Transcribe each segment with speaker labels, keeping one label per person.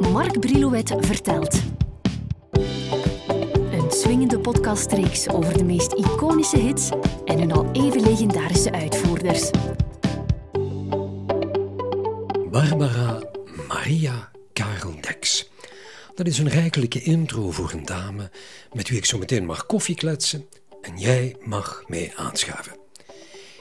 Speaker 1: Mark Brilouet vertelt. Een swingende podcastreeks over de meest iconische hits en hun al even legendarische uitvoerders.
Speaker 2: Barbara Maria Kareldex. Dat is een rijkelijke intro voor een dame met wie ik zo meteen mag koffie kletsen en jij mag mee aanschuiven.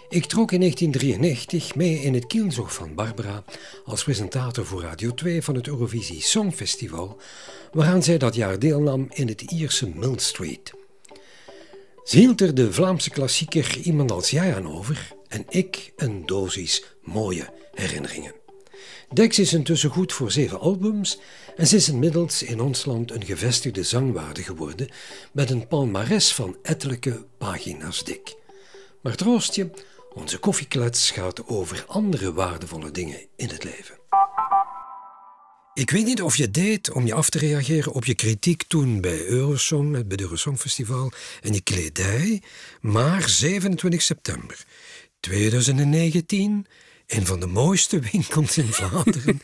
Speaker 2: Ik trok in 1993 mee in het kielzog van Barbara als presentator voor Radio 2 van het Eurovisie Songfestival, waaraan zij dat jaar deelnam in het Ierse Mill Street. Ze hield er de Vlaamse klassieker Iemand als jij aan over en ik een dosis mooie herinneringen. Dex is intussen goed voor zeven albums en ze is inmiddels in ons land een gevestigde zangwaarde geworden met een palmares van ettelijke pagina's dik. Maar troost je, onze koffieklets gaat over andere waardevolle dingen in het leven. Ik weet niet of je deed om je af te reageren op je kritiek toen bij Eurosong, bij het Eurosongfestival en je kledij, maar 27 september 2019 in van de mooiste winkels in Vlaanderen,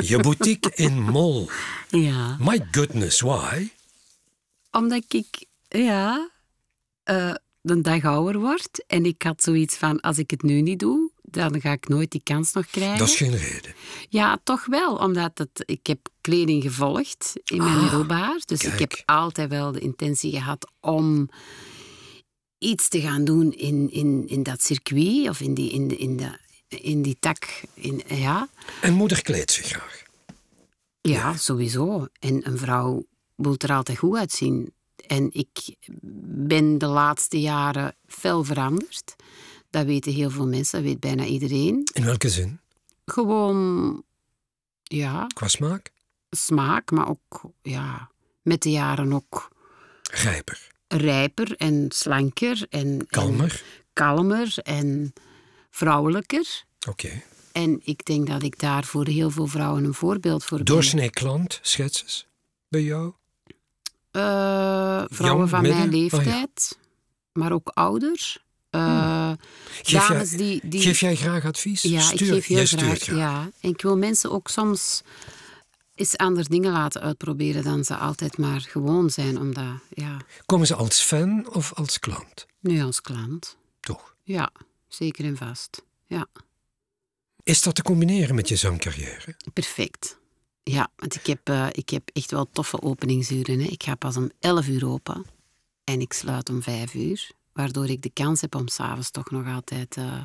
Speaker 2: je boutique in Mol.
Speaker 3: Ja.
Speaker 2: My goodness, why?
Speaker 3: Omdat ik, ja, eh een dag ouder word. En ik had zoiets van, als ik het nu niet doe, dan ga ik nooit die kans nog krijgen.
Speaker 2: Dat is geen reden.
Speaker 3: Ja, toch wel. Omdat het, ik heb kleding gevolgd in mijn middelbaar. Dus ik
Speaker 2: Ah, kijk.
Speaker 3: heb altijd wel de intentie gehad om iets te gaan doen in, in, in dat circuit. Of in die, in, de- in de, in die tak. In, ja.
Speaker 2: En moeder kleedt zich graag.
Speaker 3: Ja, sowieso. En een vrouw wil er altijd goed uitzien. En ik ben de laatste jaren fel veranderd. Dat weten heel veel mensen, dat weet bijna iedereen.
Speaker 2: In welke zin?
Speaker 3: Gewoon, ja,
Speaker 2: Qua smaak?
Speaker 3: smaak, maar ook, ja, met de jaren ook
Speaker 2: Rijper.
Speaker 3: rijper en slanker. En,
Speaker 2: Kalmer.
Speaker 3: En kalmer en vrouwelijker.
Speaker 2: Oké.
Speaker 3: En ik denk dat ik daar voor heel veel vrouwen een voorbeeld voor ben.
Speaker 2: Doorsnee klant, schets eens. Bij jou?
Speaker 3: Eh, vrouwen van
Speaker 2: midden?
Speaker 3: mijn
Speaker 2: Oh ja.
Speaker 3: leeftijd, maar ook ouder. Eh,
Speaker 2: jij-
Speaker 3: dames die. die
Speaker 2: Hmm. Geef jij graag advies?
Speaker 3: ja,
Speaker 2: Stuur,
Speaker 3: ik geef heel
Speaker 2: jij
Speaker 3: graag.
Speaker 2: stuurt graag.
Speaker 3: Ja. En ik wil mensen ook soms eens andere dingen laten uitproberen dan ze altijd maar gewoon zijn, omdat, ja,
Speaker 2: Komen ze als fan of als klant?
Speaker 3: nu als klant.
Speaker 2: Toch.
Speaker 3: Ja, zeker en vast. Ja,
Speaker 2: Is dat te combineren met je zangcarrière?
Speaker 3: perfect. Ja, want ik heb, eh, ik heb echt wel toffe openingsuren. Hè. Ik ga pas om 11 uur open en ik sluit om 5 uur. Waardoor ik de kans heb om s'avonds toch nog altijd eh,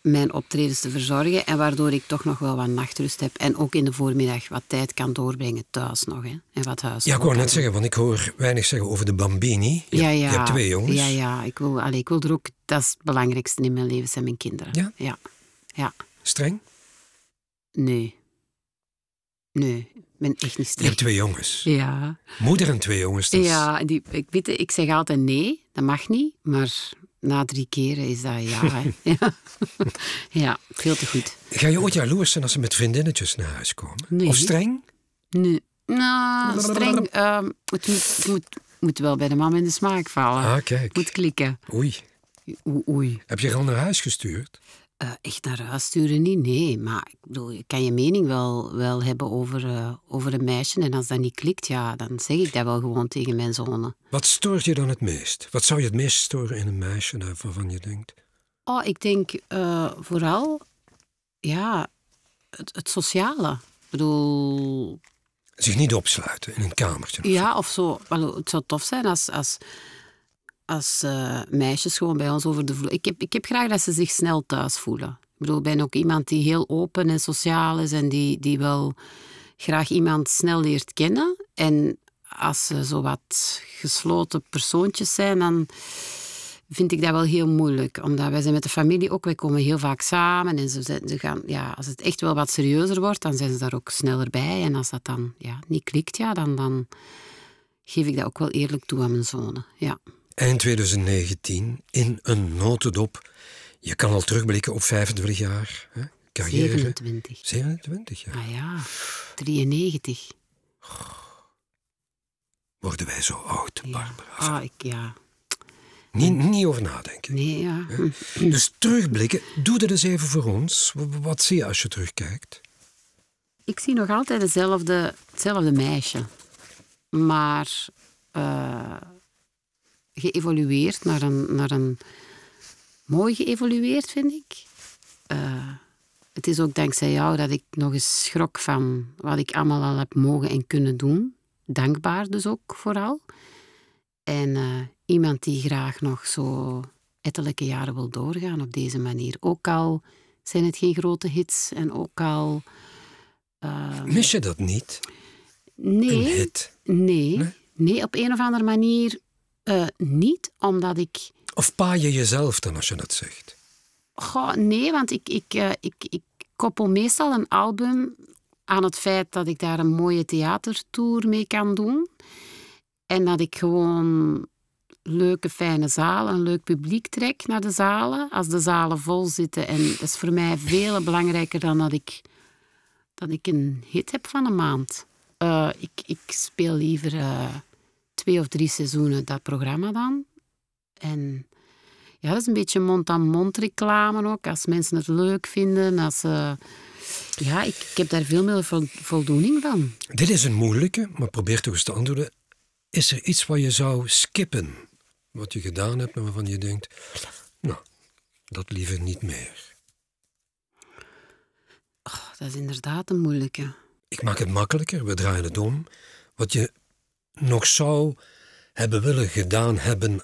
Speaker 3: mijn optredens te verzorgen. En waardoor ik toch nog wel wat nachtrust heb. En ook in de voormiddag wat tijd kan doorbrengen thuis nog. Hè. En wat huis.
Speaker 2: Ja, ik wou net zeggen, want ik hoor weinig zeggen over de Bambini. Je,
Speaker 3: ja,
Speaker 2: hebt-
Speaker 3: ja.
Speaker 2: je hebt twee jongens.
Speaker 3: Ja, ja. Ik wil, allee, ik wil er ook... Dat is het belangrijkste in mijn leven, zijn mijn kinderen.
Speaker 2: Ja?
Speaker 3: Ja. ja.
Speaker 2: Streng?
Speaker 3: Nee. Nee. Ik ben echt niet
Speaker 2: Je
Speaker 3: streng.
Speaker 2: hebt twee jongens.
Speaker 3: Ja.
Speaker 2: Moeder en twee jongens. Dus dat is-
Speaker 3: Ja, en die, ik, weet, het, ik zeg altijd nee, dat mag niet. Maar na drie keren is dat ja. hè. ja. ja, veel te goed.
Speaker 2: Ga je ooit jaloers zijn als ze met vriendinnetjes naar huis komen?
Speaker 3: Nee.
Speaker 2: Of streng?
Speaker 3: Nu, nou, streng. ehm, het moet, het moet, moet wel bij de man in de smaak vallen.
Speaker 2: Ah, kijk.
Speaker 3: Moet klikken.
Speaker 2: Oei.
Speaker 3: Oei, oei.
Speaker 2: Heb je er al naar huis gestuurd?
Speaker 3: Eh, echt naar huis sturen niet, nee. Maar ik bedoel, je kan je mening wel, wel hebben over, eh, over een meisje. En als dat niet klikt, ja, dan zeg ik dat wel gewoon tegen mijn zonen.
Speaker 2: Wat stoort je dan het meest? Wat zou je het meest storen in een meisje daar- waarvan je denkt?
Speaker 3: Oh, ik denk eh, vooral ja, het, het sociale. Ik bedoel,
Speaker 2: Zich niet opsluiten in een kamertje. of
Speaker 3: ja, of zo. Wel, het zou tof zijn als, als, als eh, meisjes gewoon bij ons over de vloer. Ik heb, ik heb graag dat ze zich snel thuis voelen. Ik bedoel, ik ben ook iemand die heel open en sociaal is en die, die wel graag iemand snel leert kennen. En als ze zo wat gesloten persoontjes zijn, dan vind ik dat wel heel moeilijk. Omdat wij zijn met de familie ook, wij komen heel vaak samen. En ze, zijn- ze gaan, ja, als het echt wel wat serieuzer wordt, dan zijn ze daar ook sneller bij. En als dat dan ja, niet klikt, ja, dan, dan geef ik dat ook wel eerlijk toe aan mijn zonen. Ja.
Speaker 2: Eind 2019 in een notendop. Je kan al terugblikken op 25 jaar hè? carrière.
Speaker 3: 27.
Speaker 2: 27 jaar.
Speaker 3: Ah ja, 93.
Speaker 2: Worden wij zo oud, Barbara?
Speaker 3: Ah, ik, ja.
Speaker 2: Niet, niet over nadenken.
Speaker 3: Nee, ja. Hm.
Speaker 2: Dus terugblikken, doe dat eens even voor ons. W- Wat zie je als je terugkijkt?
Speaker 3: Ik zie nog altijd hetzelfde, hetzelfde meisje. Maar eh, geëvolueerd naar een, naar een... Mooi geëvolueerd, vind ik. Eh, het is ook dankzij jou dat ik nog eens schrok van wat ik allemaal al heb mogen en kunnen doen. Dankbaar dus ook vooral. En eh, iemand die graag nog zo ettelijke jaren wil doorgaan op deze manier. Ook al zijn het geen grote hits en ook al... eh,
Speaker 2: Mis je dat niet? Een
Speaker 3: nee,
Speaker 2: hit?
Speaker 3: nee,
Speaker 2: Nee?
Speaker 3: nee, op een of andere manier eh, niet, omdat ik...
Speaker 2: Of pa je jezelf dan als je dat zegt?
Speaker 3: Goh, nee, want ik, ik, eh, ik, ik koppel meestal een album aan het feit dat ik daar een mooie theatertour mee kan doen. En dat ik gewoon leuke, fijne zalen, een leuk publiek trek naar de zalen. Als de zalen vol zitten. En dat is voor mij veel belangrijker dan dat ik, dat ik een hit heb van een maand. Eh, ik, ik speel liever eh, twee of drie seizoenen dat programma dan. En ja, dat is een beetje mond-aan-mond reclame ook. Als mensen het leuk vinden. Als, ze- ja, ik, ik heb daar veel meer vo- voldoening van.
Speaker 2: Dit is een moeilijke, maar probeer toch eens te antwoorden. Is er iets wat je zou skippen? Wat je gedaan hebt en waarvan je denkt, nou, dat liever niet meer.
Speaker 3: Oh, dat is inderdaad een moeilijke.
Speaker 2: Ik maak het makkelijker, we draaien het om. Wat je nog zou hebben willen gedaan hebben,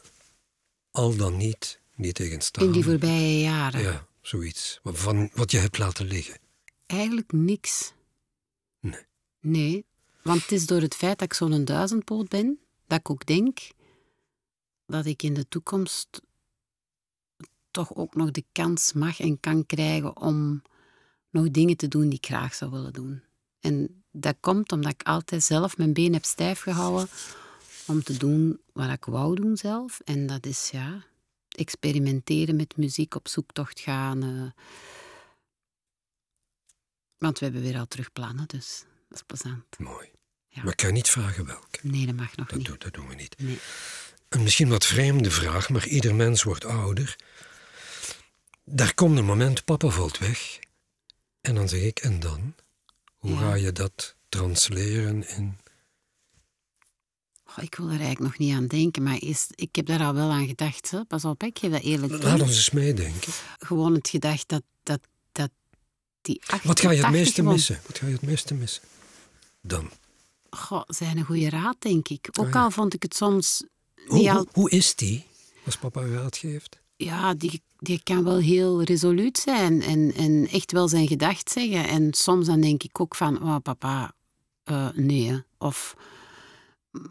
Speaker 2: al dan niet, niet tegenstaan.
Speaker 3: In die voorbije jaren.
Speaker 2: Ja, zoiets. Van wat je hebt laten liggen.
Speaker 3: Eigenlijk niks.
Speaker 2: Nee.
Speaker 3: Nee, want het is door het feit dat ik zo'n duizendpoot ben, dat ik ook denk dat ik in de toekomst toch ook nog de kans mag en kan krijgen om nog dingen te doen die ik graag zou willen doen. En dat komt omdat ik altijd zelf mijn been heb stijf gehouden om te doen wat ik wou doen zelf. En dat is ja, experimenteren met muziek, op zoektocht gaan. eh, want we hebben weer al terug plannen, dus dat is plezant.
Speaker 2: Mooi.
Speaker 3: Ja.
Speaker 2: Maar ik kan niet vragen welke.
Speaker 3: Nee, dat mag nog
Speaker 2: Dat,
Speaker 3: niet.
Speaker 2: doen- dat doen we niet.
Speaker 3: Nee.
Speaker 2: Een misschien wat vreemde vraag, maar ieder mens wordt ouder. Daar komt een moment, papa valt weg. En dan zeg ik, en dan? Hoe
Speaker 3: Ja.
Speaker 2: ga je dat transleren in...
Speaker 3: Oh, ik wil er eigenlijk nog niet aan denken, maar is, ik heb daar al wel aan gedacht. Hè. Pas op, hè, ik geef dat eerlijk toe.
Speaker 2: Laat ons eens meedenken.
Speaker 3: Gewoon het gedacht dat, dat, dat die 88
Speaker 2: Wat ga je het meeste
Speaker 3: gewoon-
Speaker 2: missen? Wat ga je het meeste missen? Dan.
Speaker 3: Goh, zijn een goede raad, denk ik. Ook
Speaker 2: Oh ja.
Speaker 3: al vond ik het soms...
Speaker 2: Hoe,
Speaker 3: niet al-
Speaker 2: hoe, hoe is die, als papa raad geeft?
Speaker 3: ja, die, die kan wel heel resoluut zijn en, en echt wel zijn gedacht zeggen. En soms dan denk ik ook van, oh papa, eh, nee. hè. Of,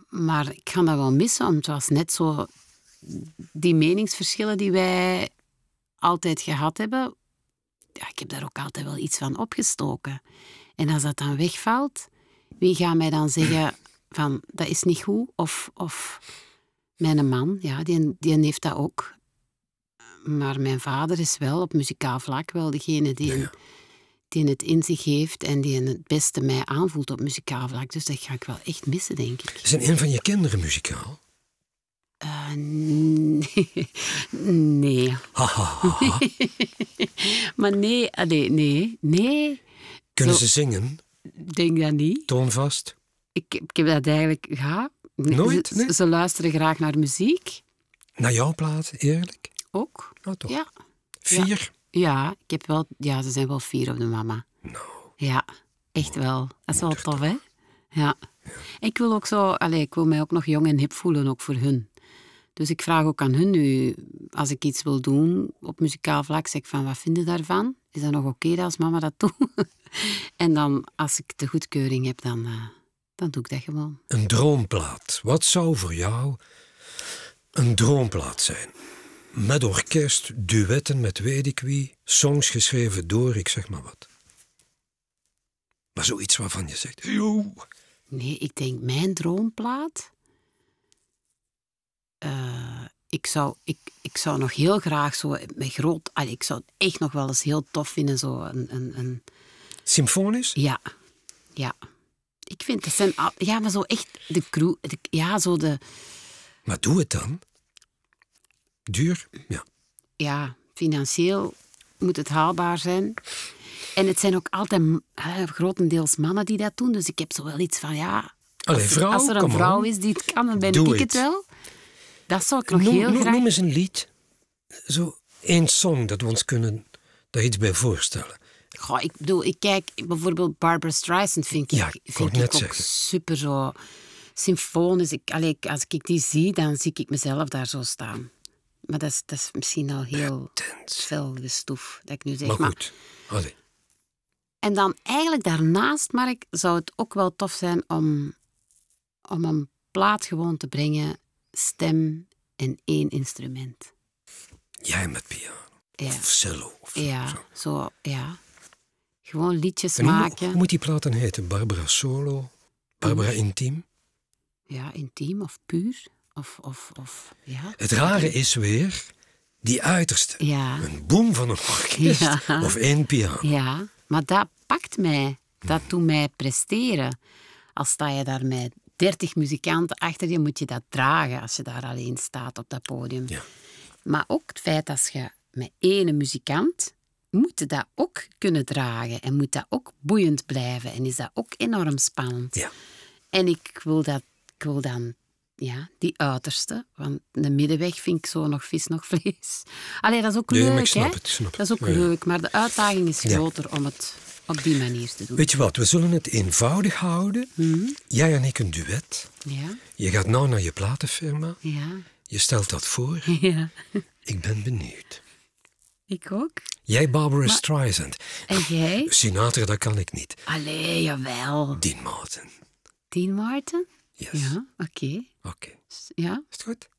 Speaker 3: maar ik ga dat wel missen, want het was net zo... Die meningsverschillen die wij altijd gehad hebben, ja, ik heb daar ook altijd wel iets van opgestoken. En als dat dan wegvalt, wie gaat mij dan zeggen van, dat is niet goed? Of, of mijn man, ja, die, die heeft dat ook. Maar mijn vader is wel op muzikaal vlak wel degene die,
Speaker 2: Ja.
Speaker 3: die het in zich heeft en die het beste mij aanvoelt op muzikaal vlak. Dus dat ga ik wel echt missen, denk ik.
Speaker 2: Zijn een van je kinderen muzikaal?
Speaker 3: Eh, nee. nee.
Speaker 2: Haha.
Speaker 3: Maar nee, allee, nee, nee,
Speaker 2: Kunnen
Speaker 3: Zo-
Speaker 2: ze zingen?
Speaker 3: ik denk dat niet.
Speaker 2: Toonvast?
Speaker 3: Ik, ik heb dat eigenlijk, ja.
Speaker 2: Nooit,
Speaker 3: Ze,
Speaker 2: nee?
Speaker 3: ze luisteren graag naar muziek,
Speaker 2: Naar jouw plaat, eerlijk?
Speaker 3: ook.
Speaker 2: Nou toch?
Speaker 3: Ja.
Speaker 2: Vier?
Speaker 3: Ja, ik heb wel, ja, ze zijn wel fier op de mama.
Speaker 2: Nou,
Speaker 3: Ja, echt wel. Dat is wel
Speaker 2: Moeder
Speaker 3: tof, hè? Ja. Ik wil ook zo, allez, ik wil mij ook nog jong en hip voelen, ook voor hun. Dus ik vraag ook aan hun nu, als ik iets wil doen op muzikaal vlak, zeg ik van, wat vinden daarvan? Is dat nog oké dat als mama dat doet? en dan, als ik de goedkeuring heb, dan, eh, dan doe ik dat gewoon.
Speaker 2: een droomplaat. Wat zou voor jou een droomplaat zijn? Met orkest, duetten met weet ik wie, songs geschreven door, ik zeg maar wat. Maar zoiets waarvan je zegt, joe,
Speaker 3: Nee, ik denk mijn droomplaat. Eh, ik, zou, ik, ik zou nog heel graag zo met groot. allee, ik zou het echt nog wel eens heel tof vinden. Zo een, een, een,
Speaker 2: symfonisch?
Speaker 3: ja, ja. Ik vind dat zijn. al- Ja, maar zo echt de crew. de- ja, zo de.
Speaker 2: Maar doe het dan. Duur? Ja.
Speaker 3: Ja, financieel moet het haalbaar zijn. En het zijn ook altijd hè, grotendeels mannen die dat doen. Dus ik heb zo wel iets van, ja...
Speaker 2: Allee,
Speaker 3: als,
Speaker 2: vrouw,
Speaker 3: als er een
Speaker 2: come
Speaker 3: vrouw
Speaker 2: on.
Speaker 3: is die het kan, dan ben
Speaker 2: Doe
Speaker 3: ik
Speaker 2: it.
Speaker 3: het wel. Dat zou ik nog
Speaker 2: Noem,
Speaker 3: heel
Speaker 2: noem-
Speaker 3: graag...
Speaker 2: noem eens een lied, zo één song dat we ons kunnen daar iets bij voorstellen.
Speaker 3: Goh, ik bedoel, ik kijk bijvoorbeeld Barbara Streisand vind ik,
Speaker 2: Ja, ik wou het
Speaker 3: vind ik
Speaker 2: net
Speaker 3: ook
Speaker 2: zeggen.
Speaker 3: super zo symfonisch. Ik, allee, ik- als ik die zie, dan zie ik mezelf daar zo staan. Maar dat is, dat is misschien al heel fel gestoef, dat ik nu zeg.
Speaker 2: Maar
Speaker 3: Maar-
Speaker 2: goed, allee,
Speaker 3: en dan eigenlijk daarnaast, Mark, zou het ook wel tof zijn om, om een plaat gewoon te brengen, stem en één instrument.
Speaker 2: jij met piano
Speaker 3: Ja,
Speaker 2: of cello of zo.
Speaker 3: ja
Speaker 2: zo.
Speaker 3: zo, ja. Gewoon liedjes
Speaker 2: En hoe, hoe
Speaker 3: maken.
Speaker 2: moet die plaat dan heten? Barbara Solo? Barbara Intiem?
Speaker 3: Ja, intiem of puur. Of, of, of ja.
Speaker 2: Het rare is weer die uiterste.
Speaker 3: Ja.
Speaker 2: Een boom van een orkest
Speaker 3: Ja.
Speaker 2: of één piano.
Speaker 3: Ja, maar dat pakt mij. Dat doet mij presteren. Als sta je daar met dertig muzikanten achter je, moet je dat dragen als je daar alleen staat op dat podium.
Speaker 2: Ja.
Speaker 3: Maar ook het feit dat je met ene muzikant moet je dat ook kunnen dragen en moet dat ook boeiend blijven en is dat ook enorm spannend.
Speaker 2: Ja.
Speaker 3: En ik wil, dat, ik wil dan ja, die uiterste, want de middenweg vind ik zo nog vis, nog vlees. Allee, dat is ook
Speaker 2: Nee, maar
Speaker 3: leuk,
Speaker 2: ik snap
Speaker 3: hè?
Speaker 2: het, ik snap het.
Speaker 3: Dat is ook
Speaker 2: Ja, ja.
Speaker 3: leuk, maar de uitdaging is
Speaker 2: Ja.
Speaker 3: groter om het op die manier te doen.
Speaker 2: Weet je wat, we zullen het eenvoudig houden.
Speaker 3: Hmm.
Speaker 2: Jij en ik een duet.
Speaker 3: Ja,
Speaker 2: Je gaat nou naar je platenfirma.
Speaker 3: ja,
Speaker 2: Je stelt dat voor.
Speaker 3: ja.
Speaker 2: Ik ben benieuwd.
Speaker 3: Ik ook.
Speaker 2: Jij Barbara Streisand.
Speaker 3: En jij?
Speaker 2: Sinatra, dat kan ik niet.
Speaker 3: Allee, jawel.
Speaker 2: Dean Martin.
Speaker 3: Dean Martin?
Speaker 2: Yes.
Speaker 3: Ja, oké.
Speaker 2: Oké.
Speaker 3: S- Ja,
Speaker 2: Is het goed?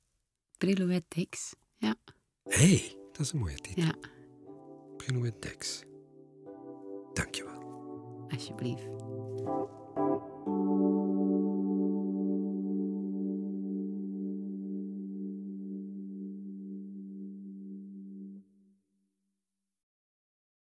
Speaker 3: Brillouet Dix. Ja,
Speaker 2: Hé, hey, dat is een mooie titel.
Speaker 3: ja,
Speaker 2: Beginnen met Dex. Dankjewel.
Speaker 3: alsjeblieft.